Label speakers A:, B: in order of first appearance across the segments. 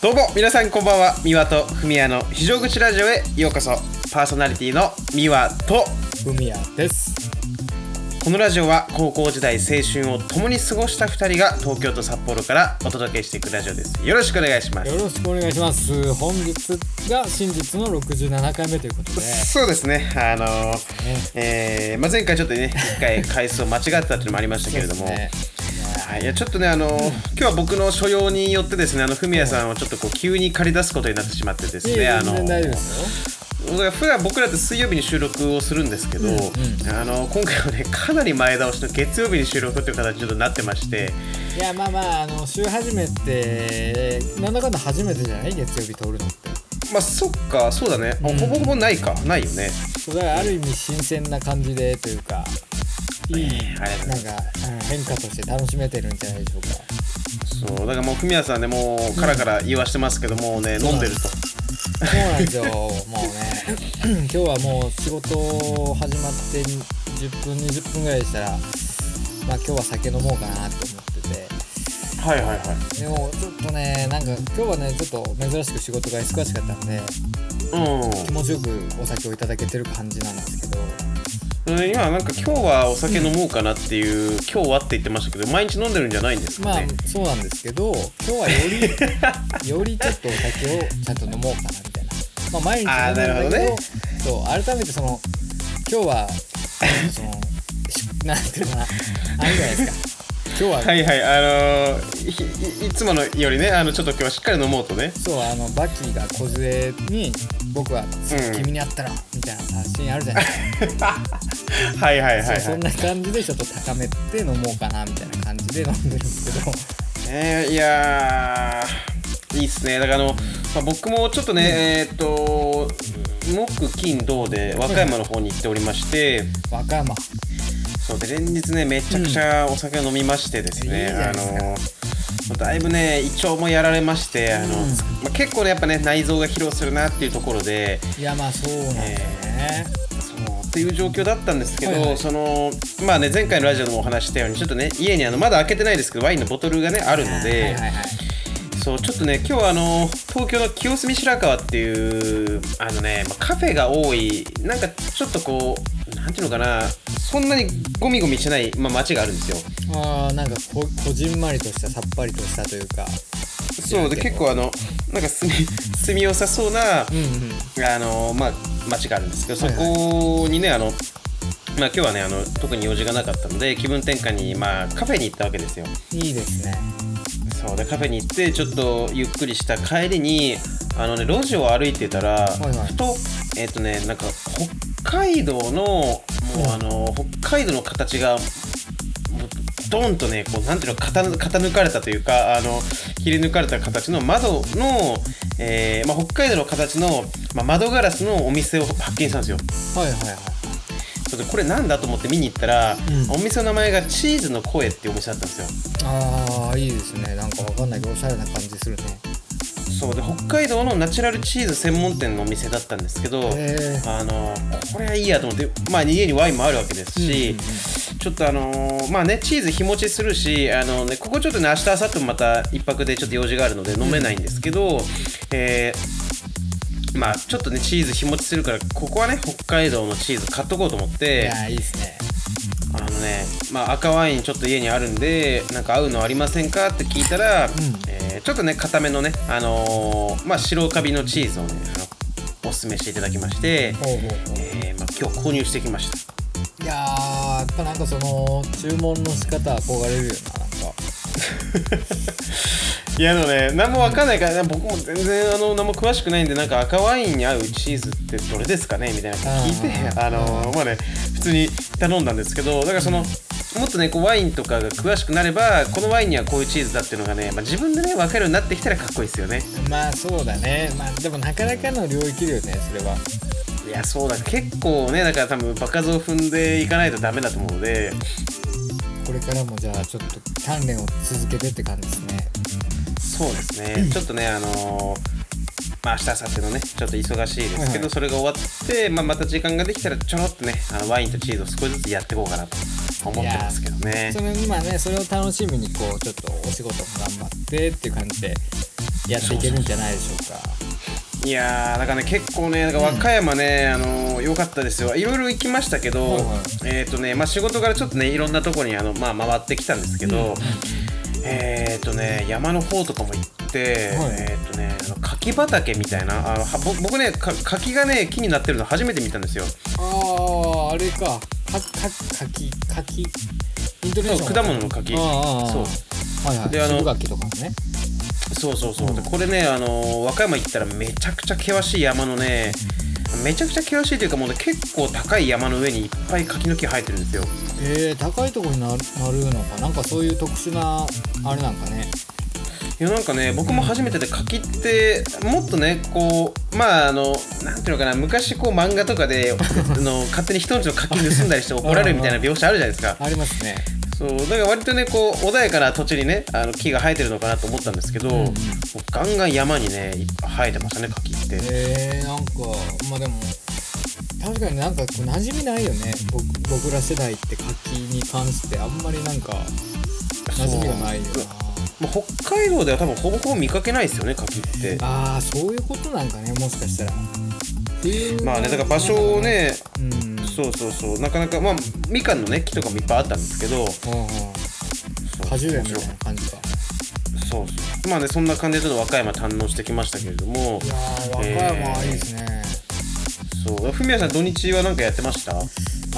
A: どうも皆さんこんばんは三輪とふみやの非常口ラジオへようこそパーソナリティの三輪と
B: 海谷です
A: このラジオは高校時代青春を共に過ごした2人が東京と札幌からお届けしていくラジオですよろしくお願いします
B: よろしくお願いします本日が真実の67回目ということで
A: そうですねあのーえーまあ、前回ちょっとね1回回数を間違ってたっていうのもありましたけれども、
B: そうですね
A: はい、いやちょっとねあのー、今日は僕の所用によってですねあのフミヤさんをちょっとこう急に借り出すことになってしまってです
B: いえい
A: ね
B: え
A: あ
B: 全
A: の
B: 然大丈夫で
A: ー
B: すよ
A: だから普段僕らって水曜日に収録をするんですけど、
B: うんうん
A: あのー今回はねかなり前倒しの月曜日に収録という形にちょっとなってまして
B: いやまあまああの週始めてなんだかんだ初めてじゃない月曜日通るのって
A: まあそっかそうだね、あ
B: うん
A: ほぼほぼないかないよね
B: そうだからある意味新鮮な感じでというかいい
A: ねありがとうご
B: な
A: ざ
B: んか、うん変化として楽しめてるんじゃないでしょうか
A: そうだからもうフミヤさんねもうカラカラ言わしてますけどもうね飲んでると
B: そうなんですよもうね 今日はもう仕事始まって10分20分ぐらいでしたらまあ今日は酒飲もうかなと思ってて
A: はいはいはい
B: でもちょっとねなんか今日はねちょっと珍しく仕事が忙しかったんで気
A: う
B: 持ちよくお酒をいただけてる感じなんですけど
A: ん、今なんか今日はお酒飲もうかなっていう、今日はって言ってましたけど毎日飲んでるんじゃないんですか
B: ま
A: ね、
B: あそうなんですけど今日はよ りよりちょっとお酒をちゃんと飲もうかなみたいな、まあ、毎日飲んで
A: あーなるほ
B: ん
A: ど
B: だけ
A: ね
B: どそう改めてその今日はその しなんていうのかなあれじゃないですか今日は、
A: はいはいあのーひいいつものよりねあのちょっと今日はしっかり飲もうとね
B: そうあのバキが小杖に僕は
A: ん
B: 「君に会ったら」みたいなシーンあるじゃないですか、
A: はいはいはい、はい、
B: そうそんな感じでちょっと高めて飲もうかなみたいな感じで飲んでるんですけど
A: えーいやーいいっすねだからあの、まあ、僕もちょっとね、えーっと木金銅で和歌山の方に行っておりまして、
B: 和歌山
A: そうで連日ねめちゃくちゃお酒を飲みましてです
B: いい
A: ね、
B: じゃない
A: あ
B: ですか
A: のだいぶね胃腸もやられましてあの、
B: うん
A: まあ、結構ねやっぱね内臓が疲労するなっていうところで
B: いやまあそうなんだよね、
A: そうっていう状況だったんですけど、
B: はいはい
A: そのまあね前回のラジオでもお話ししたようにちょっとね家にあのまだ開けてないですけどワインのボトルがねあるので、
B: はいはいはい
A: そうちょっとね今日はあの東京の清澄白河っていうあのね、まあカフェが多いなんかちょっとこうなんていうのかなそんなにゴミゴミしてない、まあ、街があるんですよ
B: あーなんかここじんまりとしたさっぱりとしたというか
A: そうで結構あのなんか住み住みよさそうな、
B: うんうん
A: あのまあ街があるんですけどそ
B: はいはい
A: こにねあのまあ今日はねあの特に用事がなかったので気分転換にまあカフェに行ったわけですよ
B: いいですね
A: そうでカフェに行ってちょっとゆっくりした帰りにあのね路地を歩いてたら、
B: いはい
A: ふとえっ、とねなんか北海道のもう
B: うん
A: あの北海道の形がもうドンとねこうなんていうの型抜かれたというかあの切り抜かれた形の窓の、えーまあ、北海道の形の、まあ、窓ガラスのお店を発見したんですよ。
B: はいはいはい
A: それでこれなんだと思って見に行ったら、
B: うん
A: お店の名前がチーズの声っていうお店だったんですよ。
B: あーいいですねなんかわかんないけどおしゃれな感じするね
A: そうで北海道のナチュラルチーズ専門店のお店だったんですけど、
B: へ
A: あのこれはいいやと思って、まあ、家にワインもあるわけですし、
B: うんうん
A: ちょっとあのーまあねチーズ日持ちするしあの、ね、ここちょっとね明日明後日もまた一泊でちょっと用事があるので飲めないんですけど、えーまあちょっとねチーズ日持ちするからここはね北海道のチーズ買っとこうと思っ
B: えい
A: て
B: やーいいですね
A: あのね、まあ、赤ワインちょっと家にあるんでなんか合うのありませんかって聞いたら、えーちょっとね固めのね、あのーまあ、白カビのチーズをねあのおすすめしていただきまして、
B: ほうほうほう
A: えーまあ、今日購入してきました
B: いやーやっぱなんかその注文の仕方憧れるよななんか
A: いやでもね何も分かんないから、ね僕も全然あの何も詳しくないんでなんか赤ワインに合うチーズってどれですかねみたいなこと聞いて、
B: うん
A: あのーまあね普通に頼んだんですけどだからその、もっとねこうワインとかが詳しくなればこのワインにはこういうチーズだっていうのがね、まあ、自分でね分かるようになってきたらかっこいいですよね
B: まあそうだねまあでもなかなかの領域だよねそれはい
A: やそうだ結構ねだから多分場数を踏んでいかないとダメだと思うので
B: これからもじゃあちょっと鍛錬を続けてって感じですね
A: そうですねちょっとねあのーまあ明日明後日のねちょっと忙しいですけど、
B: はいはい
A: それが終わって、まあ、また時間ができたらちょろっとねあのワインとチーズを少しずつやっていこうかなと思ってますけどね
B: それ今ねそれを楽しみにこうちょっとお仕事も頑張ってっていう感じでやっていけるんじゃないでしょうか
A: いやーだからね結構ねだから和歌山ね、あのー良かったですよいろいろ行きましたけど、
B: はいはい
A: えっ、とねまあ仕事からちょっとねいろんなとこにあのまあ回ってきたんですけど、えっ、とね山の方とかも行って、
B: はい
A: えっ、とねあの柿畑みたいなあのはぼ僕ねか柿がね木になってるの初めて見たんですよ
B: あああれかかか柿柿インドネシア
A: そう果物の柿
B: ああああ
A: そう
B: はいはい
A: であの
B: 渋柿とかもね
A: そうそうそう、でこれね、あのー和歌山行ったらめちゃくちゃ険しい山のねめちゃくちゃ険しいというかもうね結構高い山の上にいっぱい柿の木生えてるんですよ
B: えー、高いところになるなるのかなんかそういう特殊なあれなんかね
A: いやなんかね僕も初めてで柿ってもっとねこうまああのなんていうのかな昔こう漫画とかで あの勝手に人んちの柿盗んだりして怒られるみたいな描写あるじゃないですか
B: ありますね
A: そうだから割とねこう穏やかな土地にねあの木が生えてるのかなと思ったんですけど、
B: んうん
A: もうガンガン山にねいっぱい生えてましたね柿って
B: えー、なんかまあでも確かになんかこう馴染みないよね僕僕ら世代って柿に関してあんまりなんか馴染みがないよな
A: そうもう北海道では多分ほぼほぼ見かけないですよね柿って
B: ああそういうことなんかねもしかしたらっていう
A: まあねだから場所をね
B: うん
A: そうそうそうなかなかまあみかんのね木とかもいっぱいあったんですけど
B: うんうん
A: そう
B: 果樹園みたいな感じか
A: そうそうまあねそんな感じでちょっと和歌山堪能してきましたけれども
B: いやー和歌山いいですね、
A: そうフミヤさん土日は何かやってましたは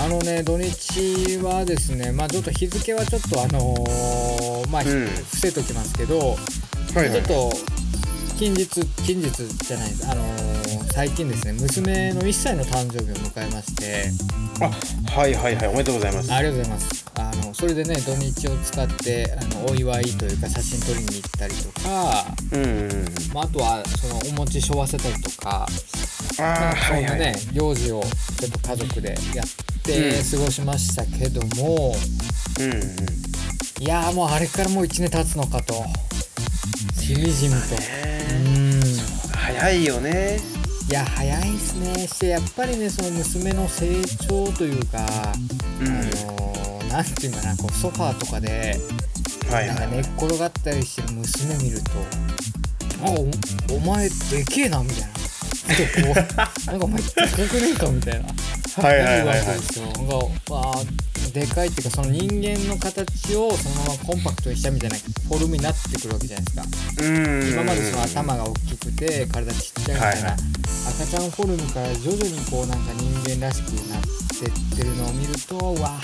B: あのね土日はですねまあちょっと日付はちょっとあのーまあ、
A: うん
B: 伏せときますけど、
A: い
B: ちょっと近日近日じゃないですあのー最近ですね娘の1歳の誕生日を迎えまして
A: あはいはいはいおめでとうございます
B: ありがとうございますあのそれでね土日を使ってあのお祝いというか写真撮りに行ったりとか、
A: うんうんうん
B: まあ、あとはそのお餅しょわせたりとか
A: ああ
B: そ
A: は
B: ん
A: い
B: な
A: は
B: ね
A: い
B: 行事をちょっと家族でやって
A: うん
B: 過ごしましたけども、
A: うんうん
B: いやーもうあれからもう1年経つのかとしみじみとう
A: ね
B: ん
A: 早いよね
B: いや早いですねしてやっぱりねその娘の成長というか、
A: うん
B: あのーなんていうかなこうソファーとかで
A: はい
B: なん
A: は
B: か
A: い
B: 寝っ転がったりしてる娘見ると「あおお前でけえな」 みたいな。ちょっとこうなんかお前でかくねえかみたいな。
A: はいはいはいはい
B: なんか言われてるんですよなんかわあでかいっていうかその人間の形をそのままコンパクトにしたみたいなフォルムになってくるわけじゃないですか。
A: うん
B: 今までその頭が大きくて体ちっちゃいみたいな、
A: はいはい
B: 赤ちゃんフォルムから徐々にこうなんか人間らしくなってってるのを見るとうわ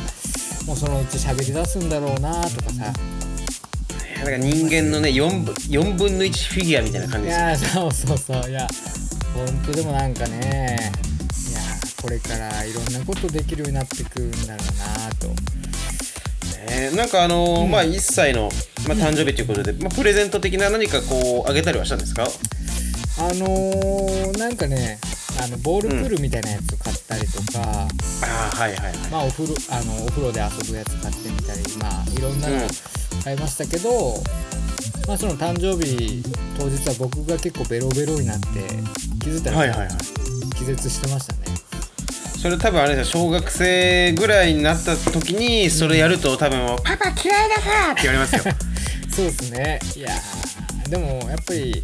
B: もうそのうち喋り出すんだろうなとかさ
A: なんか人間のね4分4分の1フィギュアみたいな感
B: い
A: じですよ
B: やーそうそうそういや本当でもなんかねいやーこれからいろんなことできるようになってくるんだろうなと
A: ねなんかあのーまあ1歳の、まあ、誕生日ということで、まあ、プレゼント的な何かこうあげたりはしたんですか
B: あのー、なんかねあのボールプールみたいなやつを買ったりとか、
A: ああはいはいはい
B: まあ、お風呂あのお風呂で遊ぶやつ買ってみたり、まあ、いろんなの
A: うん
B: 買いましたけど、まあ、その誕生日当日は僕が結構ベロベロになって気づいたら、
A: はいはいはい
B: 気絶してましたね
A: それ多分あれですよ小学生ぐらいになった時にそれやると多分「パパ嫌いだから!」って言われますよ
B: そうですねいやーでもやっぱり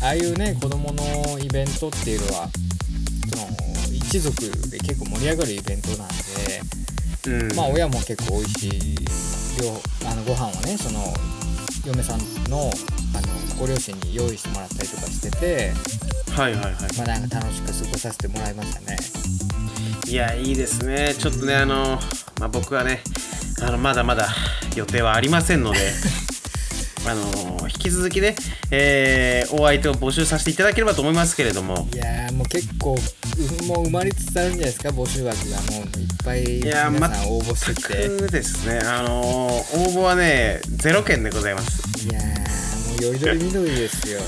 B: ああいうね子供のイベントっていうのはその一族で結構盛り上がるイベントなんで
A: うん、
B: まあ親も結構美味しい料あのご飯をねその嫁さんのあのご両親に用意してもらったりとかしてて、
A: はいはいはい
B: まあ、なんか楽しく過ごさせてもらいましたね
A: いやいいですねちょっとねあのーまあ、僕はねあのまだまだ予定はありませんので あのー引き続きね、えーお相手を募集させていただければと思いますけれども
B: いやーもう結構うもう埋まりつつあるんじゃないですか募集枠がもういっぱい
A: い
B: 皆
A: や
B: さ
A: ー
B: ん応募してきて
A: 全くですねあのー応募はねゼロ件でございます
B: いやーもうよりどり緑ですよ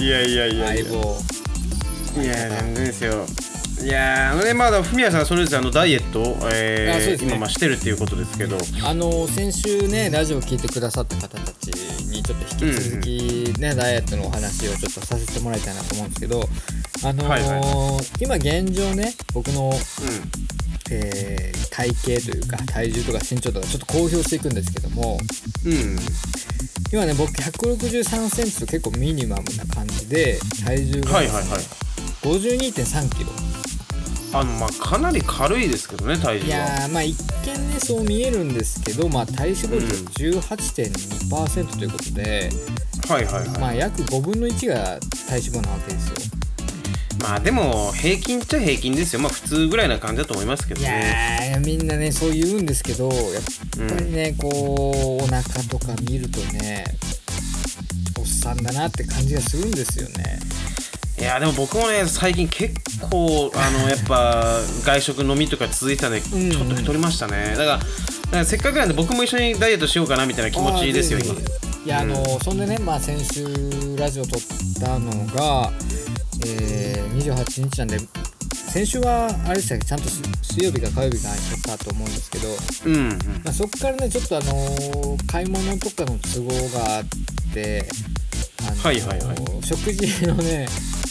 A: いやいやい
B: 相
A: い
B: 棒
A: や全然ですよいやーあのねまだフミヤさんはそれぞれあのダイエットを、え
B: あそう
A: ー
B: ですね
A: 今まあしてるっていうことですけど
B: あの先週ねラジオ聞いてくださった方たちにちょっと引き続きね、ダイエットのお話をちょっとさせてもらいたいなと思うんですけどあのー
A: はいは
B: 今現状ね僕の、えー体型というか体重とか身長とかちょっと公表していくんですけども
A: うんうん
B: 今ね僕163センチと結構ミニマムな感じで体重が
A: は
B: で
A: い
B: す
A: はい
B: ね
A: はい
B: 52.3キロ
A: あのまあかなり軽いですけどね体
B: い
A: 重は
B: やーまあ一見ねそう見えるんですけど、まあ、体脂肪率が18.2%ということで、
A: はいはいはい
B: まあ約5分の1が体脂肪なわけですよ
A: まあでも平均っちゃ平均ですよまあ普通ぐらいな感じだと思いますけど
B: いや
A: ね
B: ーみんなねそう言うんですけどやっぱりね、こうお腹とか見るとねおっさんだなって感じがするんですよね
A: いやでも僕もね最近結構あのやっぱ外食飲みとか続いてたんでち
B: んうん
A: ょっと太りましたねだからだからせっかくなんで僕も一緒にダイエットしようかなみたいな気持ちですよ
B: あー
A: 今
B: ぜひぜひいやあの、そんでね、まあ、先週ラジオ撮ったのが、えー、28日なんで先週はあれでしたっけちゃんとす水曜日か火曜日かに撮ったと思うんですけど、
A: うんうん
B: まあ、そこからねちょっとあのー買い物とかの都合があって、あのー
A: はいはいは
B: 食事のね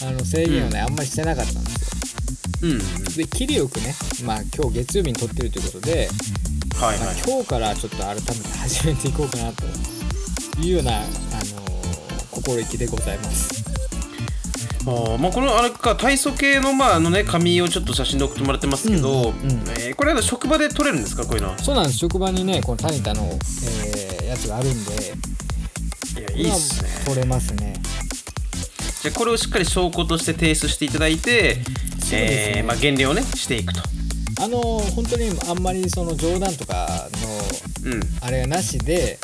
B: あの制限をね、あんまりしてなかったんですよ
A: うんうん
B: で切りよくね、まあ、今日月曜日に撮ってるということで、
A: はい
B: まあ
A: はい
B: 今日からちょっと改めて始めていこうかなというような、あのー心意気でございます。
A: あーまあ、このあれか体操系の,、まああのね、紙をちょっと写真で送ってもらってますけど、
B: うんうん
A: えーこれあの職場で撮れるんですかこういうのは
B: そうなんです職場にねこのタニタの、えーやつがあるんで
A: いやいいっすね
B: これは取れますね。
A: じゃあこれをしっかり証拠として提出していただいて、
B: すね
A: えーまあ、減量をねしていくと
B: あのー本当にあんまりその冗談とかの
A: うん
B: あれがなしで、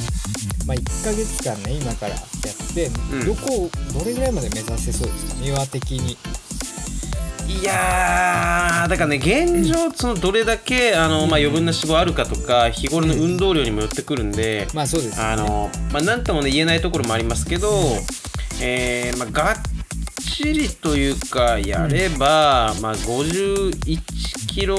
B: まあ、1ヶ月間ね今からやって、
A: うん
B: どこをどれぐらいまで目指せそうですか美和的に。
A: いやーだからね現状そのどれだけあの、まあ、余分な脂肪あるかとか日頃の運動量にもよってくるんで、
B: まあそうですよね
A: あのまあ、なんともね言えないところもありますけど、えーまあ、がっちりというかやれば、まあ、51キロ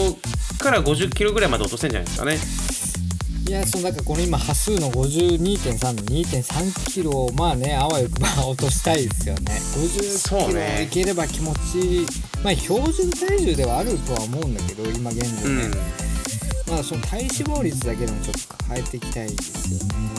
A: から50キロぐらいまで落とせるんじゃないですかね。
B: いやそのなんかこの今波数の52.3の2.3キロをまあねあわ よくば落としたいですよね50
A: そ
B: キ
A: う
B: ロ
A: ね
B: いければ気持ちいい、まあ標準体重ではあるとは思うんだけど今現
A: う
B: 状ね
A: ん、
B: まあその体脂肪率だけでもちょっと変えていきたいですよ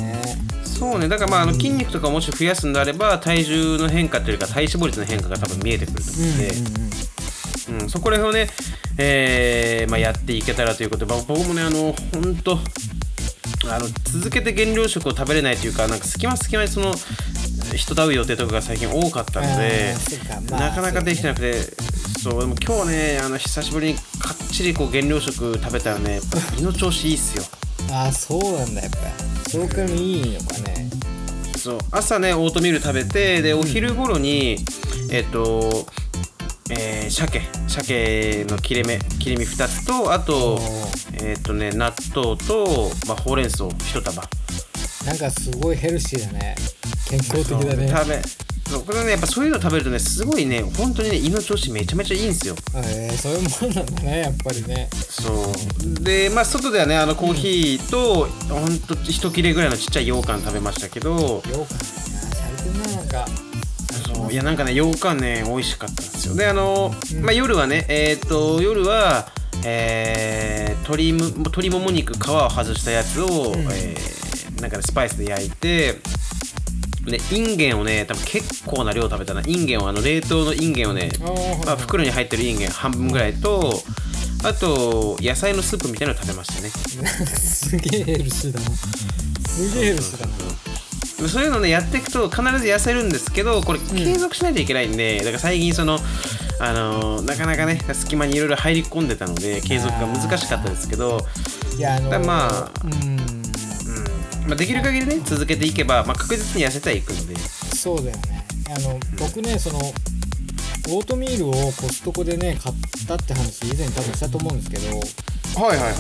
B: ね
A: そうねだからまああの筋肉とかをもし増やすんであれば体重の変化というか体脂肪率の変化が多分見えてくると思うので、
B: うんうんうん
A: うん、そこら辺をね、えーまあ、やっていけたらということで、まあ僕もね、あの本当あの、続けて減量食を食べれないというか、なんか隙間隙間にその人と会う予定とかが最近多かったので
B: あーそっか、まあ
A: なかなかできてなくて、そうでも今日ね、あの久しぶりにかっちりこう減量食食べたらね、やっぱ胃の調子いいっすよ。
B: ああそうなんだやっぱりそうかもいいのかね
A: そう朝ねオートミール食べてでお昼頃に、えっ、と、えー鮭鮭の切れ目切れ身2つとあ
B: お
A: と
B: ー
A: えっ、とね納豆と、まあ、ほうれん草1束
B: なんかすごいヘルシーだね健康的だね
A: そう食べそうこれねやっぱそういうの食べるとねすごいね本当にね胃の調子めちゃめちゃいいんですよ
B: えー、そういうもんなんだねやっぱりね
A: そうでまあ外ではねあのコーヒーと、ほんと一切れぐらいのちっちゃい羊羹食べましたけど
B: ようかなしゃれてんななんか
A: そういやなんかね羊羹ね美味しかったんですよであの、まあ、夜はねえーっと夜はえー、鶏む鶏もも肉皮を外したやつを、えーなんかねスパイスで焼いてでインゲンをね多分結構な量食べたなインゲンをあの冷凍のインゲンをね
B: あー
A: まあ、袋に入ってるインゲン半分ぐらいとあと野菜のスープみたいなの食べましたね
B: なんかすげえヘルシーだなすげえヘルシーだな
A: そういうのねやっていくと必ず痩せるんですけどこれ継続しないといけないんで、だから最近そのあのーなかなかね隙間にいろいろ入り込んでたので継続が難しかったですけど、
B: いやあの
A: だ
B: ー、
A: まあ
B: うーん
A: うんまあ、できる限りね続けていけば、まあ、確実に痩せてはいくので
B: そうだよねあの僕ねそのオートミールをコストコでね買ったって話以前に多分したと思うんですけど
A: はいはいはいはい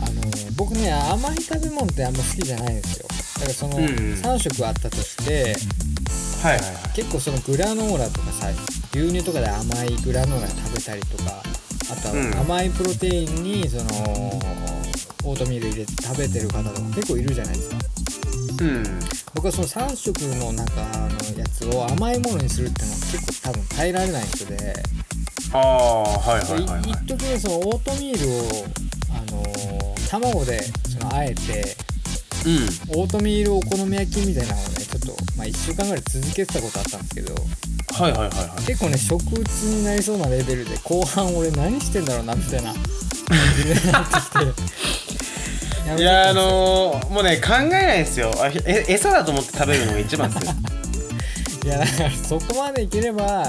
B: あのー僕ね甘い食べ物ってあんま好きじゃないんですよだからその
A: うん
B: 3食あったとして、
A: はいはいはい
B: 結構そのグラノーラとかさ牛乳とかで甘いグラノーラ食べたりとかあと
A: うん
B: は甘いプロテインにそのオートミール入れて食べてる方とか結構いるじゃないですか
A: うん
B: 僕はその3食の中のやつを甘いものにするってのは結構多分耐えられない人で
A: ああはいはいいはいはい
B: 一時ねそのオートミールをあのー卵でそのあえて
A: うん
B: オートミールお好み焼きみたいなのをねちょっと、まあ、1週間ぐらい続けてたことあったんですけど
A: はいはいはいはい
B: 結構ね食打ちになりそうなレベルで後半俺何してんだろうなみたいな感じになってきてやめちゃったんですよ
A: いやーあのー、もうね考えないですよあえ餌だと思って食べるのが一番ですよ
B: いやだからそこまでいければ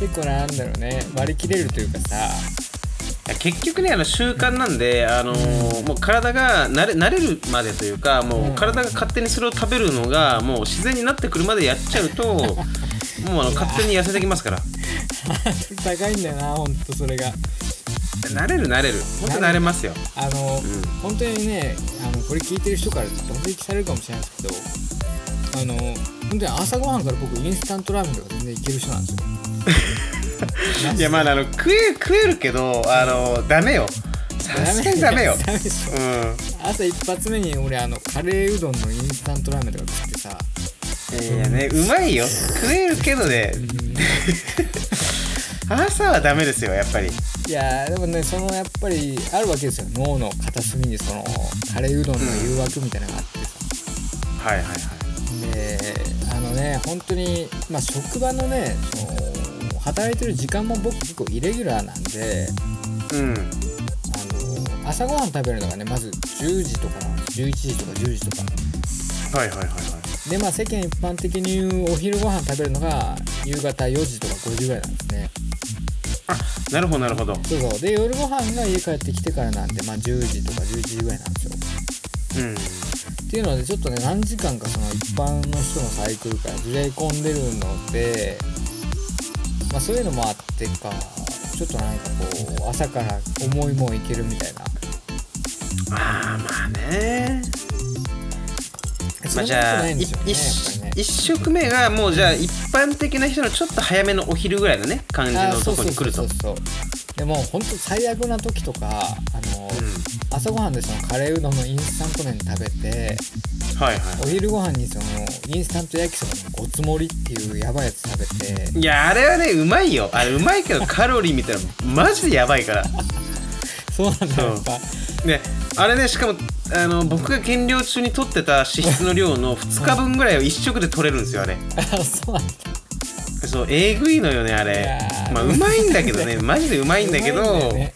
B: 結構なんだろうね割り切れるというかさ
A: いや結局ねあの習慣なんで、あのーもう体が慣れ慣れるまでというかもう体が勝手にそれを食べるのがもう自然になってくるまでやっちゃうと もうあの勝手に痩せてきますから
B: 高いんだよなほんとそれが
A: 慣れる慣れる本当に慣れますよ
B: あの、
A: ん
B: 本当にねあのこれ聞いてる人からドン引きされるかもしれないですけどあの本当に朝ごはんから僕インスタントラーメンとか全然いける人なんですよ
A: いやまああの食え食えるけどあのダメよさすがにダメよ
B: ダメでしょ
A: う
B: 朝一発目に俺あのカレーうどんのインスタントラーメンとか食ってさ
A: んいやねうまいよ食えるけどね朝はダメですよやっぱり
B: いやーでもねそのやっぱりあるわけですよ脳の片隅にそのカレーうどんの誘惑みたいなのがあってさ、
A: はいはいはい
B: であのね本当にまあ職場のねその働いてる時間も僕結構イレギュラーなんで
A: うん
B: あの朝ごはん食べるのがねまず10時とかなんです11時とか10時とか
A: はいはいはいはい
B: でまあ世間一般的に言うお昼ご飯食べるのが夕方4時とか5時ぐらいなんですね
A: あなるほどなるほど
B: そうそうで夜ご飯が家帰ってきてからなんでまあ10時とか11時ぐらいなんですよ
A: うん
B: っていうのでちょっとね何時間かその一般の人のサイクルからずれ込んでるので、まあ、そういうのもあってかちょっとなんかこう朝から思いもいけるみたいな
A: ああまあねま
B: そ
A: あ
B: ん
A: じ
B: なこと
A: ゃあ
B: ないん
A: い
B: ですよね
A: 一
B: やっぱりね
A: 一食目がもうじゃあ一般的な人のちょっと早めのお昼ぐらいのね感じ
B: あ
A: の
B: ー
A: と
B: そう
A: こ
B: そう
A: に来
B: そう
A: る
B: そ
A: と
B: うそうでも本当最悪な時とかあの、
A: う
B: 朝ごはんでそのカレーうどんのインスタント麺食べて
A: はいはい
B: お昼ご飯にそのインスタント焼きそばのごつ盛りっていうやばいやつ食べて
A: いやあれはねうまいよあれうまいけどカロリーみたいなマジでやばいから
B: そうなんだ
A: そう
B: やっぱ
A: ねあれねしかもあの僕が減量中に取ってた脂質の量の2日分ぐらいを1食で取れるんですよあれ
B: あ そうなんだ
A: そうえぐいのよねあ
B: い
A: れ
B: やー
A: まあうまいんだけ どねマジでうまいんだけど
B: うまいんだよね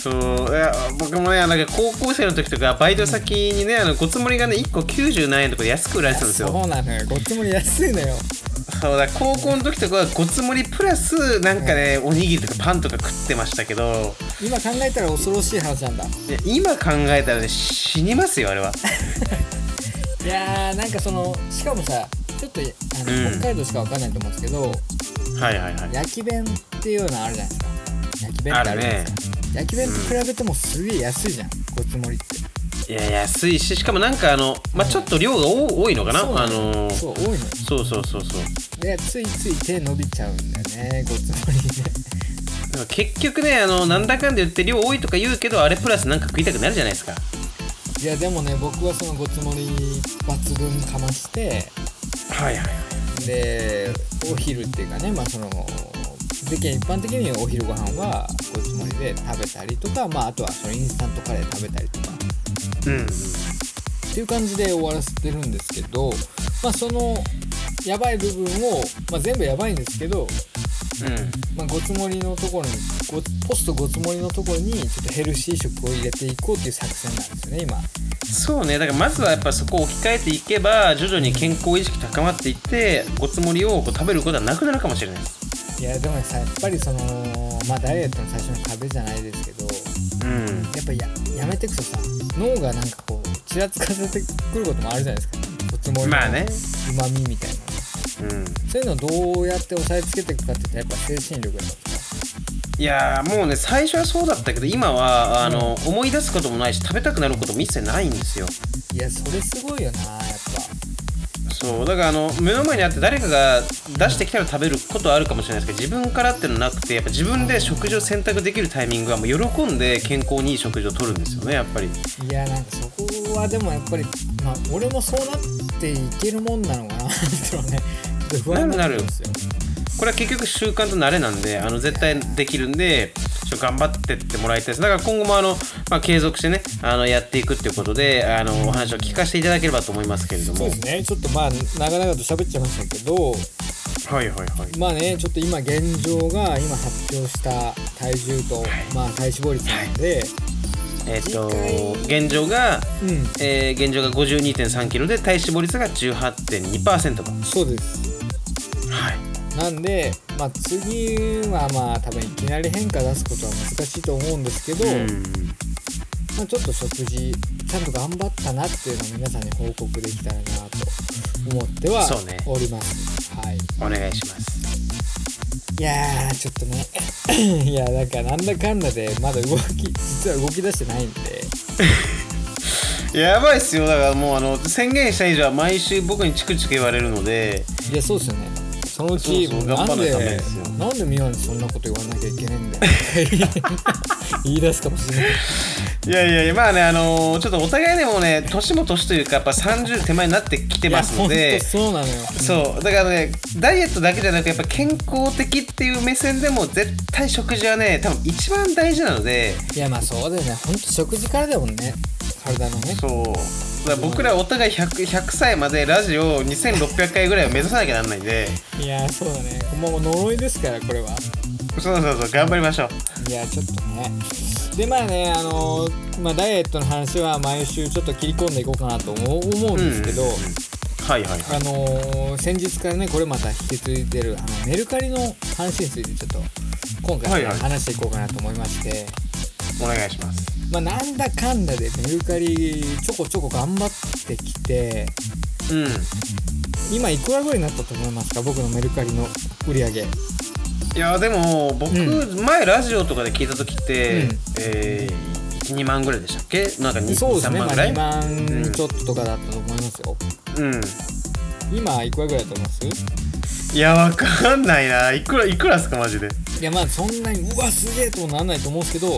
A: そういや僕もねなんか高校生の時とかバイト先にねあのごつ盛りがね1個90何円とかで安く売られてたんです
B: うん、
A: よ
B: そうなのよごっつもり安いのよ
A: そうだ高校の時とかはごつ盛りプラスなんかねおにぎりとかパンとか食ってましたけど
B: 今考えたら恐ろしい話なんだ
A: いや今考えたらね死にますよあれ は
B: いやーなんかそのしかもさちょっとあの、
A: うん
B: 北海道しかわかんないと思うんですけど
A: はいはいはい
B: 焼き弁っていうのあるじゃないですか焼き弁ってあるじゃないですか、焼き弁と比べてもすげえ安いじゃん、ごつ盛りって
A: いや安いししかもなんかあの、まあ、ちょっと量が多多いのかな、
B: そうな
A: あ
B: の
A: のー
B: そう多いのよ
A: そうそうそうそう
B: でついつい手伸びちゃうんだよねごつ盛りで
A: だから結局ねあのなんだかんだ言って量多いとか言うけどあれプラスなんか食いたくなるじゃないですか
B: いやでもね僕はそのごつ盛り抜群かまして
A: はいはい
B: でお昼っていうかねまあその世間一般的にお昼ご飯はごつ盛りで食べたりとか、まあ、あとはそのインスタントカレー食べたりとかっ
A: うん
B: ていう感じで終わらせてるんですけど、まあ、そのやばい部分を、まあ、全部やばいんですけど、
A: う
B: まあ、ごつ盛りのところにごポストごつ盛りのところにちょっとヘルシー食を入れていこうっていう作戦なんですよね今。
A: んそうねだからまずはやっぱそこを置き換えていけば徐々に健康意識高まっていってごつ盛りをこう食べることはなくなるかもしれないです
B: いやでもさやっぱりその、まあ、ダイエットの最初の壁じゃないですけど
A: うん
B: やっぱややめてくとさ脳がなんかこうちらつかせてくることもあるじゃないですかおつもりの
A: まあね
B: うまみみたいな
A: うん
B: そういうのをどうやって押さえつけていくかって言ったらやっぱ精神力だと
A: いやーもうね最初はそうだったけど今はあの、思い出すこともないし食べたくなることも一切ないんですよ
B: いやそれすごいよなやっ
A: そうだからあの目の前にあって誰かが出してきたら食べることはあるかもしれないですけど自分からってのなくてやっぱ自分で食事を選択できるタイミングはもう喜んで健康にいい食事をとるんですよねやっぱり
B: ぱいやなんかそこはでもやっぱりまあ俺もそうなっていけるもんなのかなってのはねちょっと不安になってくんですよ
A: これは結局習慣と慣れなんであの絶対できるんでちょっと頑張ってってもらいたいですだから今後もあの、まあ、継続してねあのやっていくっていうことであのお話を聞かせていただければと思いますけれども
B: そうですねちょっとまあ長々と喋っちゃいましたけど
A: はいはいはい
B: まあねちょっと今現状が今発表した体重と、まあ、体脂肪率なんで、
A: えっ、と
B: 次
A: 現状が、
B: うん
A: えー現状が5 2 3キロで体脂肪率が18.2%と
B: そうです
A: はい
B: なんで、まあ、次はまあ多分いきなり変化出すことは難しいと思うんですけど、
A: うん
B: まあ、ちょっと食事ちゃんと頑張ったなっていうのを皆さんに報告できたらなと思っては
A: そうね
B: おります、はい、
A: お願いします
B: いやーちょっとね いやなんかなんだかんだでまだ動き実は動き出してないんで
A: やばいっすよだからもうあの宣言した以上は毎週僕にチクチク言われるので
B: いやそうですよねそのうち
A: そうそう
B: もうなん
A: 頑張らなき
B: で
A: ゃダメですよ
B: なんで美和にそんなこと言わなきゃいけないんだよ 言い出すかもしれない
A: いやいやいやまあねあのちょっとお互いでもね年も年というかやっぱ30手前になってきてますの
B: いやほん
A: で
B: とそうなのよ
A: そうだからねダイエットだけじゃなくやっぱ健康的っていう目線でも絶対食事はね多分一番大事なので
B: いやまあそうだよねほんと食事からだもんね体のね
A: そうだから僕らお互い 100, 100歳までラジオを2600回ぐらいを目指さなきゃなんないんで
B: いやそうだねほんまもう呪いですからこれは
A: そうそうそう頑張りましょう
B: いやちょっとねでまあねあのーまあ、ダイエットの話は毎週ちょっと切り込んでいこうかなと思う思うんですけど、
A: はいはい
B: あのー先日からねこれまた引き継いでるあのメルカリの話についてちょっと今回、ね
A: はいはい
B: 話していこうかなと思いまして、
A: お願いします
B: まあ、なんだかんだでメルカリちょこちょこ頑張ってきて
A: うん
B: 今いくらぐらいになったと思いますか僕のメルカリの売り上げ
A: いやでも僕、
B: う
A: 前ラジオとかで聞いた時って、
B: うん
A: えー、12万ぐらいでしたっけなんか
B: そうです
A: 23
B: ね、ま
A: 万
B: あ、
A: ぐらい、
B: 2万ちょっととかだったと思いますよ、
A: うん
B: 今いくらぐらいだと思います
A: いやわかんないないくらいくらっすかマジで
B: いやまあそんなにうわすげえともならないと思うんですけど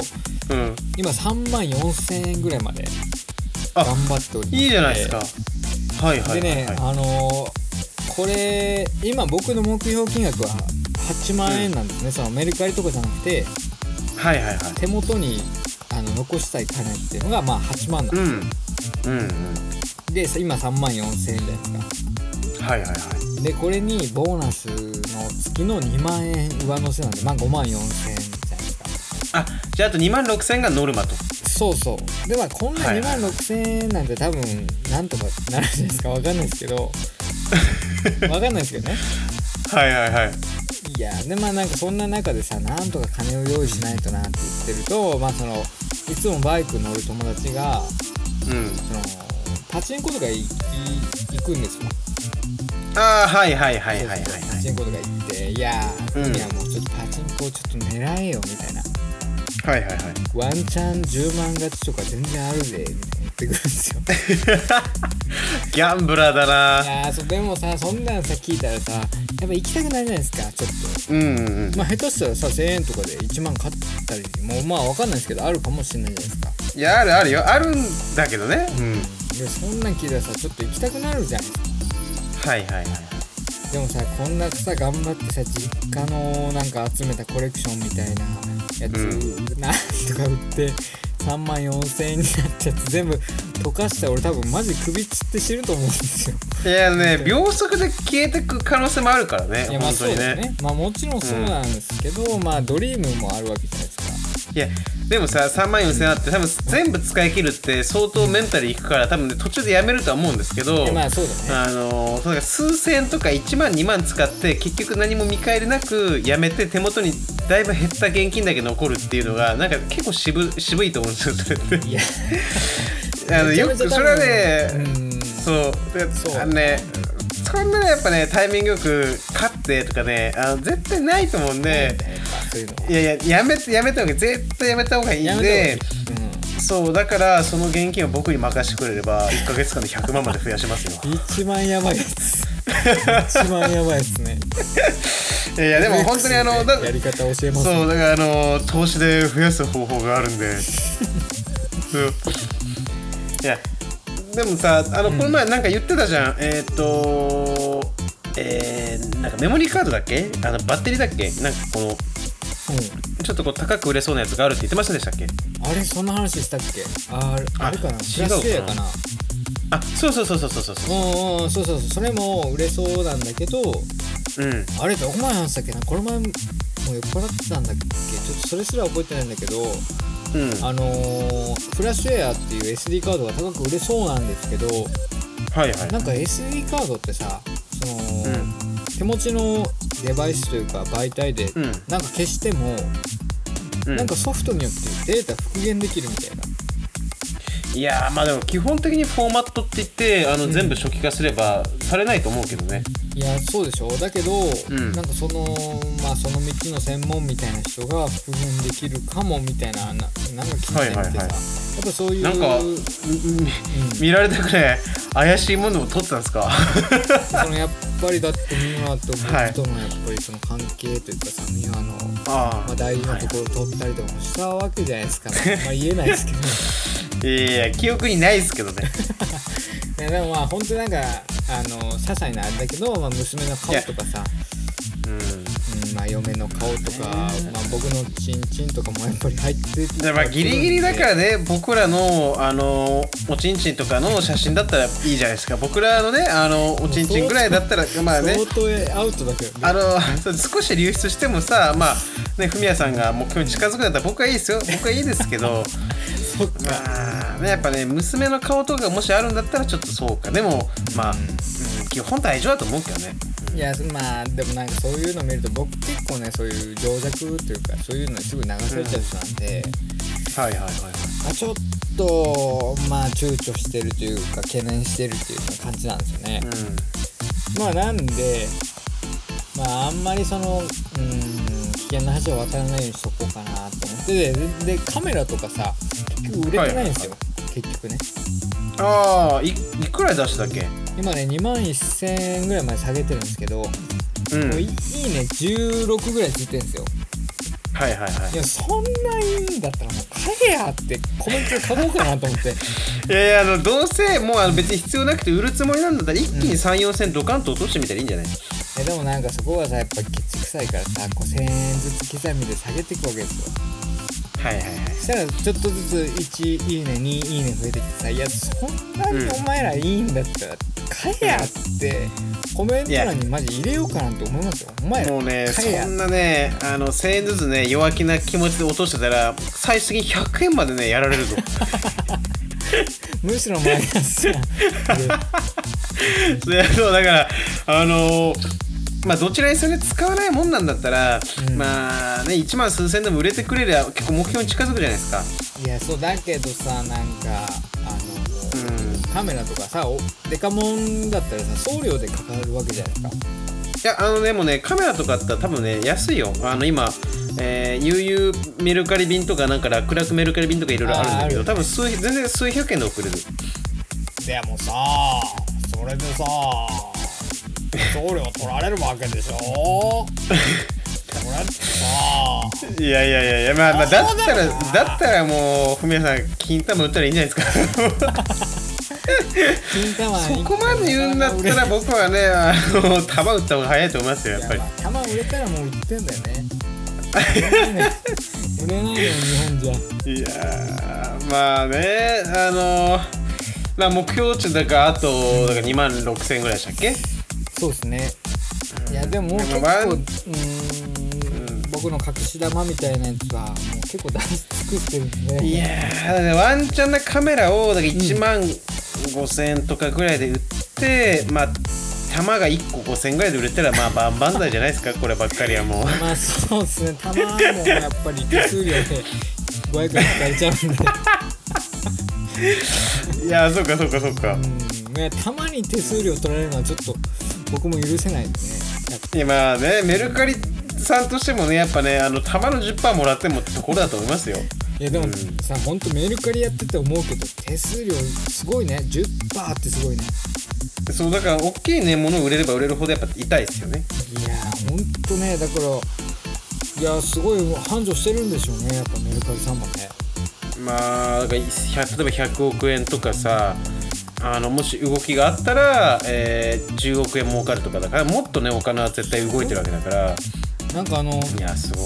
A: うん
B: 今3万4000円ぐらいまで
A: あ
B: 頑張っております
A: いいじゃないですか、はいはい
B: で
A: はいはい
B: ね、あのーこれ今僕の目標金額は8万円なんですね、そのメルカリとかじゃなくて
A: はいはいはい
B: 手元にあの残したい金っていうのがまあ8万なん
A: う
B: で
A: んうんうん
B: す、で今3万4000円じゃないですか
A: はいはいはい
B: でこれにボーナスの月の2万円上乗せなんでまあ5万4000円じゃないですか
A: あじゃああと2万6000がノルマと
B: そうそうでまあこんな
A: はい
B: 2万6000円なんて多分なんとかなるじゃないですかわかんないです けどわかんないですけどね
A: はいはいはい
B: いやでまあなんかそんな中でさなんとか金を用意しないとなって言ってるとまあそのいつもバイク乗る友達が
A: うん
B: そのパチンコとか行き行くんですよ
A: ああはいはいはいはいはい
B: そう
A: は
B: そう
A: い
B: パチンコとか行っていやー、
A: うん
B: いやもうちょっとパチンコちょっと狙えよみたいな
A: はいはいはい
B: ワンチャン10万勝ちとか全然あるぜみたいな言ってくるんですよ
A: ギャンブラーだ
B: い
A: な
B: やーそうでもさそんなんさ聞いたらさやっぱ行きたくないじゃないですかちょっ
A: うんうんうん
B: とまあ下手したらさ1000円とかで1万買ったりもうまあわかんないですけどあるかもしれないじゃないですか
A: いやあるあるよあるんだけどねうん
B: でそんなん聞いたらさちょっと行きたくなるじゃないですか
A: はいはいはい
B: でもさこんなさ頑張ってさ実家のなんか集めたコレクションみたいなやつ、
A: う
B: なんとか売って3万4000円になったやつ全部溶かしたら俺多分マジ首つって死ぬと思うんですよ
A: いやね秒速で消えてく可能性もあるからね
B: いやまあ
A: 本
B: そ
A: 当
B: う
A: に
B: です
A: ね
B: ねまあもちろんそうなんですけど、まあドリームもあるわけじゃないですか
A: いやでもさ3万4000あって多分全部使い切るって相当メンタルいくから多分ね途中でやめるとは思うんですけど
B: いやまあそうだね
A: あのー、そうだから数千とか1万2万使って結局何も見返りなくやめて手元にだいぶ減った現金だけ残るっていうのがなんか結構渋渋いと思うんですよそれって
B: いや
A: あのよ
B: め
A: く
B: ちゃめちゃ
A: それはね
B: 多分うん
A: そうだから
B: そう
A: あのねそんなねやっぱねタイミングよく勝ってとかねあの絶対ないと思うんで、
B: そういうのはい
A: やいややめてやめた方がいい絶対やめた方がいい
B: や
A: ん
B: めて
A: で
B: うん
A: そうだからその現金を僕に任せてくれれば1か月間で100万まで増やしますよ
B: 一番や ばいやつ一番やばいですね
A: いやいやでも本当にあ のだ
B: やり方教えます
A: そうだからあの投資で増やす方法があるん でそういやでもさあのこの前なんか言ってたじゃん、えーっとえー、なんかメモリーカードだっけあのバッテリーだっけなんかこのちょっとこう高く売れそうなやつがあるって言ってませんでしたっけ
B: あれそんな話したっけあ
A: あ
B: あれか
A: 違う
B: な
A: かな
B: フラッシュエアかな
A: あそうそうそうそうそうそうそ
B: うんうんそうそうそうそれも売れそうなんだけど
A: ううん
B: あれどこまで話したっけなこの前もう酔っ払ってたんだっけちょっとそれすら覚えてないんだけど
A: うん
B: あのーフラッシュエアっていう SD カードが高く売れそうなんですけど
A: はいはい
B: なんか SD カードってさその、
A: うん
B: 手持ちのデバイスというか媒体で、
A: うん
B: なんか消しても、
A: うん
B: なんかソフトによってデータ復元できるみたいない
A: やーまあでも基本的にフォーマットって言ってあの全部初期化すればされないと思うけどね
B: いやそうでしょだけど、
A: ん
B: なんかそのまあその道の専門みたいな人が復元できるかもみたいなななんか聞いてみてさ、
A: はいはいはい
B: やっぱそういう
A: なんか
B: うん
A: み見られたくない怪しいものを撮ってたんですか
B: そのやっぱりだってミノアと
A: はい
B: 僕とのやっぱりその関係というかさミノアの、
A: あ
B: まあ、大事なところを取ったりとかもしたわけじゃないですか、まあ言えないですけ ど
A: いやいや記憶にないですけどね
B: いやでもまあ本当なんかあの些細なあれだけど、まあ、娘の顔とかさ、
A: うん
B: うんまあ、嫁の顔とか、まあ、僕のチンチンとかもやっぱり入って
A: でまあギリギリだからね僕らのあのおちんちんとかの写真だったらいいじゃないですか僕らのねあのおちんちんぐらいだったらまあね
B: 相当アウトだけどね
A: あのそう少し流出してもさまあねフミヤさんが目標に近づくんだったら僕はいいですよ僕はいいですけ ど
B: そっか
A: まあねやっぱね娘の顔とかもしあるんだったらちょっとそうかでもまあ、うん基本大丈夫だと思うけどね
B: いやまあでもなんかそういうの見ると僕結構ねそういう情弱というかそういうのにすぐ流されちゃう人なんで、
A: はいはいはいはい
B: まあ、ちょっとまあ躊躇してるというか懸念してるっていう感じなんですよね、
A: うん
B: まあなんでまああんまりそのうーん危険な橋を渡らないようにしとこうかなと思ってでででカメラとかさ結局売れてないんですよ、結局ね
A: ああいいくら出したっけ
B: 今ね2万1000円ぐらいまで下げてるんですけど、
A: うん
B: もういいいね16ぐらいついてるんですよ
A: はいはいはい
B: やそんないいんだったらもう買えやってコメントで書こうかなと思って
A: いいやいやあのどうせもうあの別に必要なくて売るつもりなんだったら一気に34千ドカンと落としてみたらいいんじゃない
B: いやでもなんかそこはさやっぱケチくさいからさこう1000円ずつ刻みで下げていくわけですよ
A: はいはいはい
B: そしたらちょっとずつ1いいね2いいね増えてきてさ「いやそんなにお前らいいんだったら買えや!」ってコメント欄にマジ入れようかなって思いますよお前ら
A: もうね、
B: 買えや
A: そんなね、あの1000円ずつね、弱気な気持ちで落としてたら、最終的に100円までね、やられる ぞ。
B: むしろマイナスやん
A: それそうだから、あのまあ、どちらにそれ使わないもんなんだったら、
B: うん
A: まあね、1万数千でも売れてくれりゃ、結構目標に近づくじゃないですか。
B: いやそうだけどさなんかあの、
A: うん
B: カメラとかさおデカモンだったらさ送料でかかるわけじゃないですか
A: いや、あの、でもね、カメラとかだったら多分ね、安いよ。あの、今、えー、悠々メルカリ便とか、なんか楽々メルカリ便とかいろいろあるんだけ
B: あーある
A: ど、多分数、全然数百円で送れる。
B: でもさそれでさ送料取られるわけでしょこれってさ
A: いやいやいやいや、まあ、まあ、
B: あそう
A: だ
B: だ
A: ったら、
B: よな
A: だったらもう、ふみやさん、金玉打ったらいいんじゃないですか。
B: 金玉
A: そこまで言うんだったら、僕はね、あの、玉打った方が早いと思いますよ、やっぱり。
B: 玉売れたらもう売ってんだよね 売れないよ日本じゃ
A: いやー、まあね、あのまあ、目標値だから、あと、だから2万6千ぐらいでしたっけ
B: そうですねいやでも
A: で
B: 結
A: も
B: 構
A: ワン
B: うーん僕の隠し玉みたいなやつはもう結構出し尽くしてるんで
A: いやー、だからねワンチャンなカメラを、だから1万5千とかぐらいで売って、まあ、玉が1個5千ぐらいで売れたら、まあ、万々歳じゃないですか、こればっかりはもう。
B: まあそうですね玉もやっぱり手数料で500円使えちゃうんで
A: いやー、そうかそうかそうか。
B: うんねたまに手数料取られるのはちょっと僕も許せないですね
A: いやまあねメルカリさんとしてもねやっぱねあの玉の10%もらってもってところだと思いますよ
B: いやでもさ、ほんとメルカリやってて思うけど手数料すごいね10%ってすごいね
A: そうだから大きいねものを売れれば売れるほどやっぱ痛いですよね
B: いやーほんとねだからいやーすごい繁盛してるんでしょうねやっぱメルカリさんもね
A: まあだから100例えば100億円とかさあのもし動きがあったら、えー10億円儲かるとかだからもっとねお金は絶対動いてるわけだから
B: なんかあの
A: いやすごい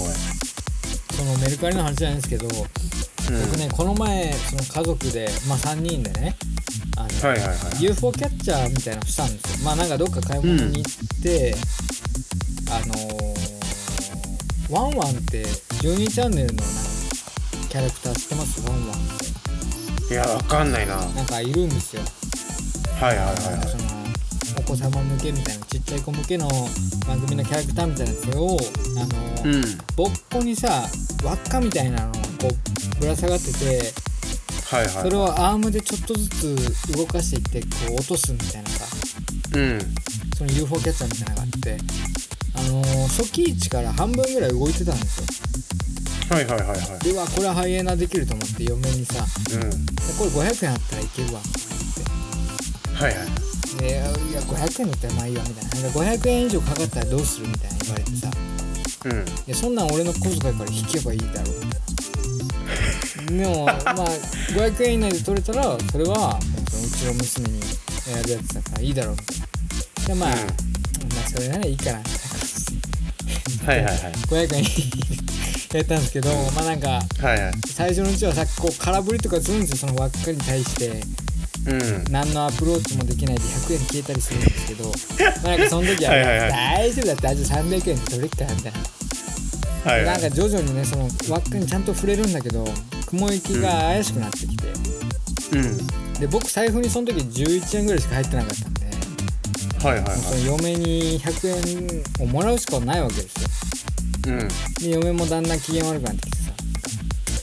B: そのメルカリの話じゃないんですけど、
A: うん
B: 僕ねこの前その家族で、まあ、3人でねあの、
A: はいはいはい
B: UFO キャッチャーみたいなのしたんですよまあなんかどっか買い物に行って、あのーワンワンって12チャンネルのなんかキャラクター知ってますワンワンって
A: いやわかんないなはい
B: なんかいるんですよ
A: はいはい
B: なんかそ
A: は
B: のお子様向けみたいなちっちゃい子向けの番組のキャラクターみたいなやつをあのー
A: いうん
B: ボッコにさ輪っかみたいなのをこうぶら下がってて
A: はいはい
B: それをアームでちょっとずつ動かしていってこう落とすみたいなさ
A: うん
B: その UFO キャッチャーみたいなのがあってあのー初期位置から半分ぐらい動いてたんですよ
A: はいはいはいは
B: でうわこれハイエナできると思って嫁にさ
A: いうん
B: これ500円あったらいけるわ
A: はいはい
B: でいや500円だったらまあいいわみたいななんか500円以上かかったらどうするみたいな言われてさ
A: うん
B: いやそんなん俺の小遣いから引けばいいだろうみたい なでもまあ500円以内で取れたらそれはもうそのうちの娘にやるやつだからいいだろうみたいなでまあ、
A: うん
B: まあそれならいいかなみたいな感じで
A: はいはいはい
B: 500円 やったんですけど、まあなんか
A: はいはい
B: 最初のうちはさこう空振りとかするんですよその輪っかに対して
A: うん
B: 何のアプローチもできないで100円消えたりするんですけどまあなんかその時は
A: はいはいはい
B: 大丈夫だってあと300円で取れっからみたいな
A: はいは
B: なんか
A: い
B: 徐々にねその輪っかにちゃんと触れるんだけど雲行きが怪しくなってきて、
A: うん
B: で僕財布にその時11円ぐらいしか入ってなかったんで、も
A: はいはいう
B: その
A: は
B: 嫁に100円をもらうしかないわけですよ
A: いうんうん
B: で嫁もだんだん機嫌悪くなってきてさ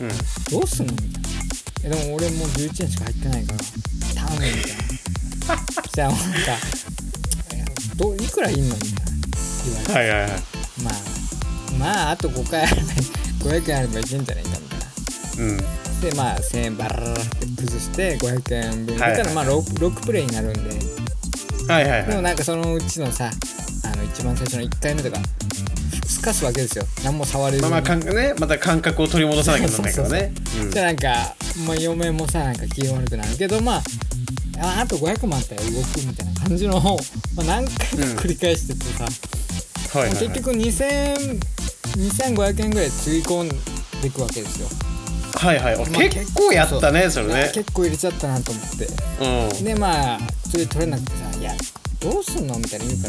B: 「どうすんの?」みたいな「えでも俺もう11円しか入ってないから頼む」みたいなそしたらもうなんかえ「どういくらいんの?」みたいな言われて、
A: はいはいはい
B: まあまああと5回あれば500円あればいけんじゃないかみたいな
A: うん
B: でまあ1000円バラララって崩して500円分入れた
A: は
B: ら
A: い
B: まあ 6, 6プレイになるんで
A: はいはい
B: でも
A: はい
B: なんかそのうちのさあの一番最初の1回目とかすかすわけですよ何も触れず
A: まあ
B: に
A: まあかんねまた感覚を取り戻さなきゃならないからね
B: そしたらなんか、まあ、嫁もさなんか気が悪くなるけどまあああと500万あったら動くみたいな感じのを、まあ、何回も繰り返してってさ、
A: うんはい
B: まあ
A: はい
B: 結局2000 2500円ぐらいつぎ込んでいくわけですよ、
A: はいはいはい
B: まあ
A: あ結構やったねそれね
B: 結構入れちゃったなと思って
A: う
B: でまあそれ取れなくてさ「いやどうすんの?」みたいな言うか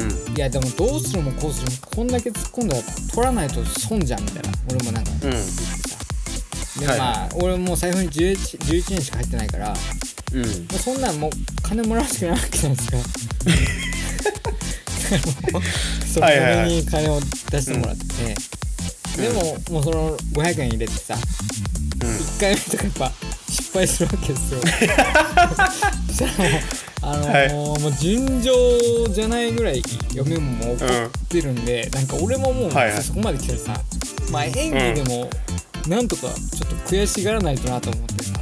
A: ん
B: 「
A: うん
B: いやでもどうするもこうするもこんだけ突っ込んだら取らないと損じゃん」みたいな俺もなんか
A: うん
B: 言ってさ、で
A: はい
B: まあ俺もう財布に 11, 11円しか入ってないからも
A: うん
B: うそんなんもう金もらうしかないわけじゃない ですかそう
A: はいはい
B: 嫁
A: はい
B: に金を出してもらって、でも、もうその500円入れてさ
A: うん
B: 1回目とかやっぱ失敗するわ けですよ。そしたらもうあの
A: はい
B: もう尋常じゃないぐらい嫁も怒ってるんで、なんか俺ももう
A: はいはい
B: そこまで来たらさ、まあ演技でもなんとかちょっと悔しがらないとなと思ってさ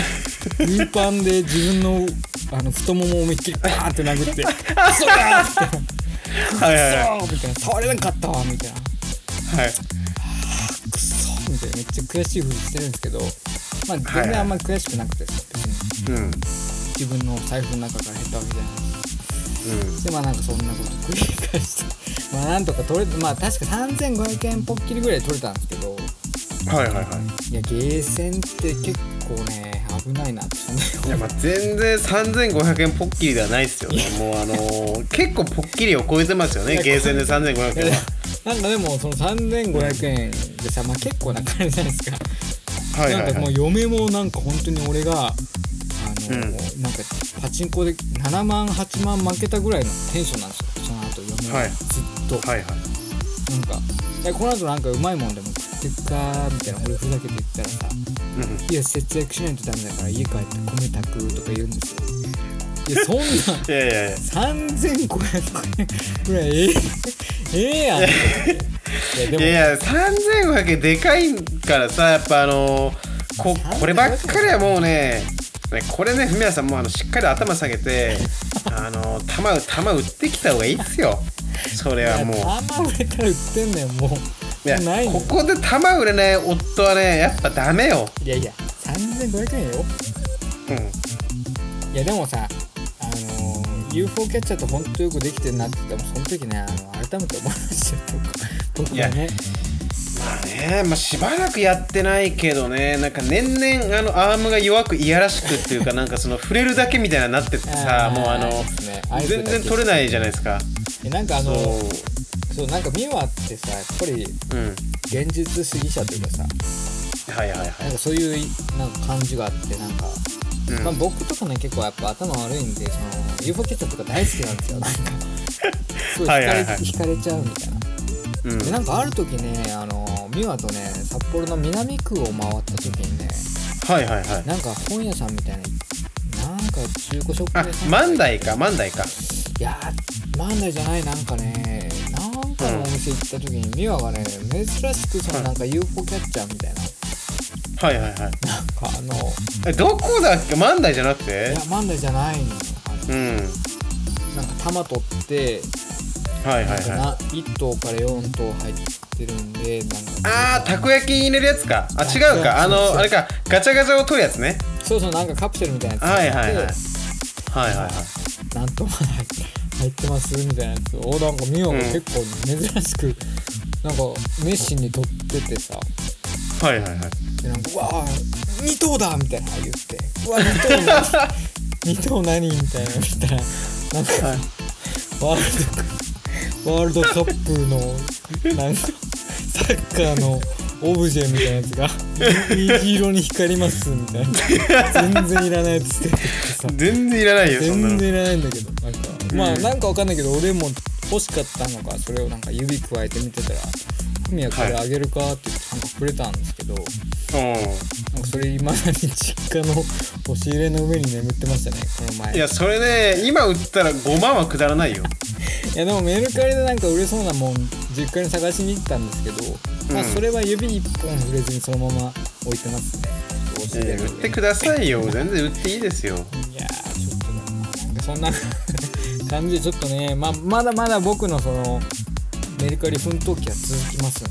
B: ウーパンで自分のあの太ももを思いっきりバーンって殴って「クソだ!」って「ク
A: はいはいはい
B: ソ!」みたいな「触れなかったわ」みたいな。
A: はい
B: くそみたいなめっちゃ悔しいふりしてるんですけど
A: は
B: まあ
A: い
B: 全然あんまり悔しくなくてさ別に
A: うんうん
B: 自分の財布の中から減ったわけじゃないしでまあなんかそんなこと繰り返してまあなんとか取れまあ確か3500円ポッキリぐらい取れたんですけど
A: はいはいはい
B: やゲーセンって結構ね危ないなって
A: いいやまあ全然3500円ポッキリではないですよねもうあの ー結構ポッキリを超えてますよ
B: い
A: ね
B: や
A: ゲーセンで3500円は
B: なんかでもその3500円でさまあ結構な金じゃないですか
A: はいは
B: なん
A: い
B: か
A: は
B: もう
A: い
B: 嫁もなんか本当に俺があ
A: う
B: の、
A: ん
B: なんかパチンコで7万8万負けたぐらいのテンションなんですよその後嫁
A: は
B: はいずっと、
A: はいはい
B: なんかえこの後なんかうまいもんでも食ってくかみたいな俺ふざけて言ったらさ「
A: うん
B: いや節約しないとダメだから家帰って米炊く」とか言うんですよいやそんな
A: いやいやいや
B: 3500円ぐらいえええ えやんいやで
A: いやいや3500円でかいからさやっぱあのーこ
B: 3500
A: こればっかりはもうねねこれねフミヤさんもうあのしっかり頭下げてあのー弾弾打ってきた方がいいっすよそれはもう
B: あんま売れたら売ってんねんも
A: いうや
B: ないの
A: こ
B: よ
A: こで弾売れない夫はねやっぱダメよ
B: いやいや3500円よ
A: うん
B: いやでもさあのー UFO キャッチャーと本当よくできてるなって言ってもその時ねあの改めて思いましたよ僕僕
A: いや
B: はね
A: まあね、まあ、しばらくやってないけどねなんか年々あのアームが弱くいやらしくっていう かなんかその触れるだけみたいなになってってさ
B: あー
A: もうあの、
B: ですねアイプだ
A: 全
B: け
A: 然取れないじゃないですか
B: えなんかあの
A: そ
B: そうなんかミワってさやっぱり
A: ううん
B: 現実主義者というかさ
A: はいはいはい
B: なんかそういうなんか感じがあってなんか、
A: うん
B: まあ、僕とかね結構やっぱ頭悪いんでその UFO キャッチャーとか大好きなんですよ なんかすごい惹か
A: はいは
B: れ
A: いはい
B: 惹かれちゃうみたいな
A: うん
B: でなんかある時ねあの美和とね札幌の南区を回った時にね
A: はいはいはい
B: なんか本屋さんみたいななんか中古ショッ
A: あ
B: プでさ
A: 万代か万代か
B: いやー万代じゃないなんかねなんかのお店行った時に美和がね珍しくそのなんか UFO キャッチャーみたいな
A: はいはいはい
B: なんかあのい
A: えどこだっけ万代じゃなくて
B: や万代じゃないのあれ
A: うん
B: なんか玉取って、
A: はいはい
B: なんか
A: はい
B: な1頭から4頭入ってるんでなんか
A: あーたこ焼き入れるやつかあ違うかあ
B: あそうそうそう
A: のあれかガチャガチャを取るやつね
B: そうそうなんかカプセルみたいなやつ
A: はいはいはい
B: で
A: はいはいはい
B: なんともない入ってますみたいなやつをなんかミオが結構珍しく、なんか熱心に取っててさ
A: はいはいはい
B: でなんか「うわあ2頭だ!」みたいな言って「うわ2頭2頭何?」みたいなみたいななんか、
A: はい
B: ワールドワールドカップのなんかサッカーのオブジェみたいなやつが虹色に光りますみたいな全然いらないやつってってさ
A: 全然いらないよそんな
B: 全
A: の
B: 然いらないんだけどなんか、
A: ん
B: まあなんかわかんないけど俺も欲しかったのかそれをなんか指くわえて見てたら「フミヤこれあげるか?」って言ってなんかくれたんですけど、
A: う
B: なんかそれいまだに実家の押し入れの上に眠ってましたねこの前
A: んいやそれね今売ったら5万はくだらないよ
B: いやでもメルカリでなんか売れそうなもん実家に探しに行ったんですけど、まあ
A: うん
B: それは指一本触れずにそのまま置いてますね押し
A: い
B: 入
A: や
B: れの
A: 売
B: 上
A: ってくださいよ全然売っていいですよ
B: いやーちょっとねなんかそんな感じでちょっとね、まあ、まだまだ僕のそのメルカリ奮闘記は続きますん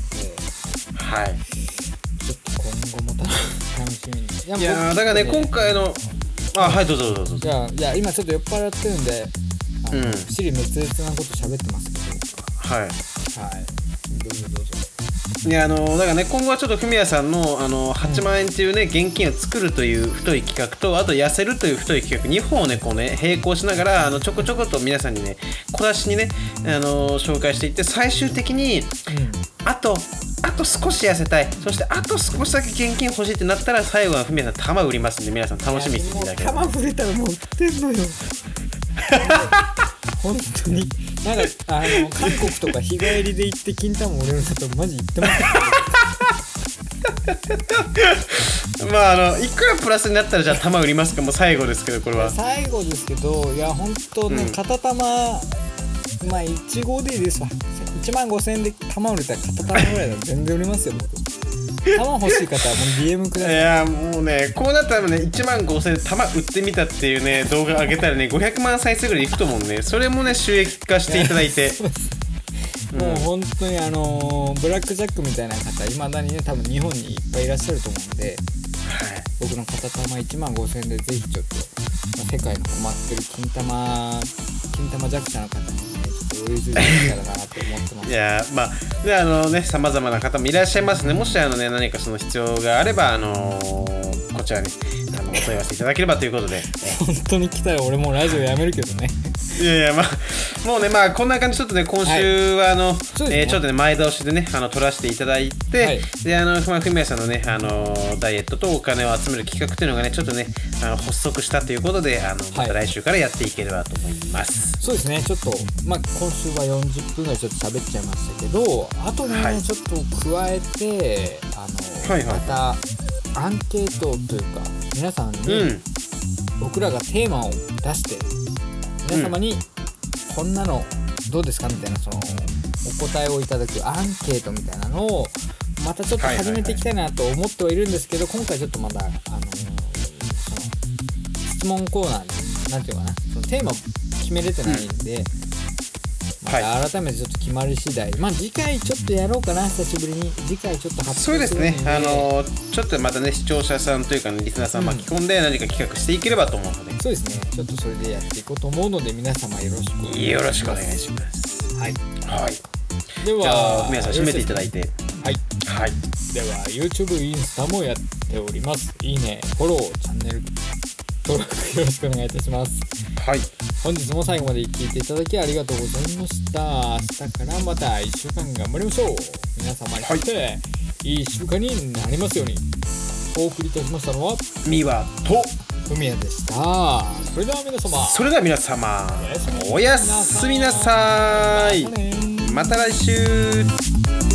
B: で
A: はい
B: ちょっと今後も楽しみにいや
A: いやーだからね今回のあはいどうぞどうぞどうぞ
B: じゃあいや今ちょっと酔っ払ってるんであの、
A: うん
B: 尻滅裂なこと喋ってますけ
A: はい
B: どはいどうぞどうぞ
A: いやあのだからね今後はちょっとフミヤさんのあの8万円っていうね現金を作るという太い企画とあと痩せるという太い企画2本をねこうね並行しながらあのちょこちょこと皆さんにね小出しにねあの紹介していって最終的にあとあと少し痩せたいそしてあと少しだけ現金欲しいってなったら最後はフミヤさん玉売りますんで皆さん楽しみにしていただければ
B: もう触れたらもう売ってん のよ本当になんかあの韓国とか日帰りで行って金玉売れるんだとマジ言ってます
A: まああのいくらプラスになったらじゃあ玉売りますかもう最後ですけどこれは
B: 最後ですけどいや本当ね、
A: うん
B: 片玉まあ1号でいいですわ1万5000円で玉売れたら片玉ぐらいだと全然売れますよ僕玉欲しい方はもう DM く
A: い
B: ださい
A: やーもうねこうなったらね1万5000円玉売ってみたっていうね動画上げたらね500万再生ぐらいいくと思うんでそれもね収益化していただいて
B: そうですもう本当にあのーブラックジャックみたいな方いまだにね多分日本にいっぱいいらっしゃると思うんで僕の片玉1万5000円でぜひちょっと、まあ世界の困ってる金玉金玉弱者の方にねちょっとお譲りできたらなと思ってま
A: い
B: す
A: やーまあであのねさまざまな方もいらっしゃいますねもしあのね何かその必要があればあのーこちらにあのお問い合わせいただければということで
B: 本当に来たら俺もうラジオやめるけどね
A: いやいやまあもうねまあこんな感じちょっとね今週はあの、
B: うですね
A: えーちょっとね前倒しでねあの撮らせていただいて、
B: はい
A: であのふまふみやさんのねあのダイエットとお金を集める企画というのがねちょっとねあの発足したということであのまた来週からやっていければと思います。
B: そうですねちょっとまあ今週は40分ぐらいちょっと喋っちゃいましたけどあとね、
A: はい
B: ちょっと加えてあの、
A: はいはい
B: またアンケートというか皆さんに、
A: うん
B: 僕らがテーマを出して皆様にこんなのどうですかみたいなそのお答えをいただくアンケートみたいなのをまたちょっと始めていきたいなと思ってはいるんですけど、今回ちょっとまだあのその質問コーナーなんていうのかなそのテーマを決めれてないんで、また改めてちょっと決まり次第、まあ次回ちょっとやろうかな久しぶりに次回ちょっと発
A: そうです
B: 表
A: す
B: るんで
A: ね、あのちょっとまたね視聴者さんというか、ね、リスナーさん
B: うん
A: 巻き込んで何か企画していければと思うので、
B: そうですねちょっとそれでやっていこうと思うので皆様よろしくお願いします
A: よろしくお願いします。
B: はい
A: はい、
B: で
A: じゃあ
B: は
A: 皆さん締めていただいて。
B: ははい
A: はい
B: では YouTube インスタもやっておりますいいねフォローチャンネル登録よろしくお願いいたします
A: はい
B: 本日も最後まで聞いていただきありがとうございました明日からまた1週間頑張りましょう皆様にとっていい1週間になりますようにお送りいたしましたのは
A: ミワと
B: 海谷でしたそれでは皆様
A: それでは皆様
B: おやすみなさい
A: おやすみなさい
B: またね
A: また来週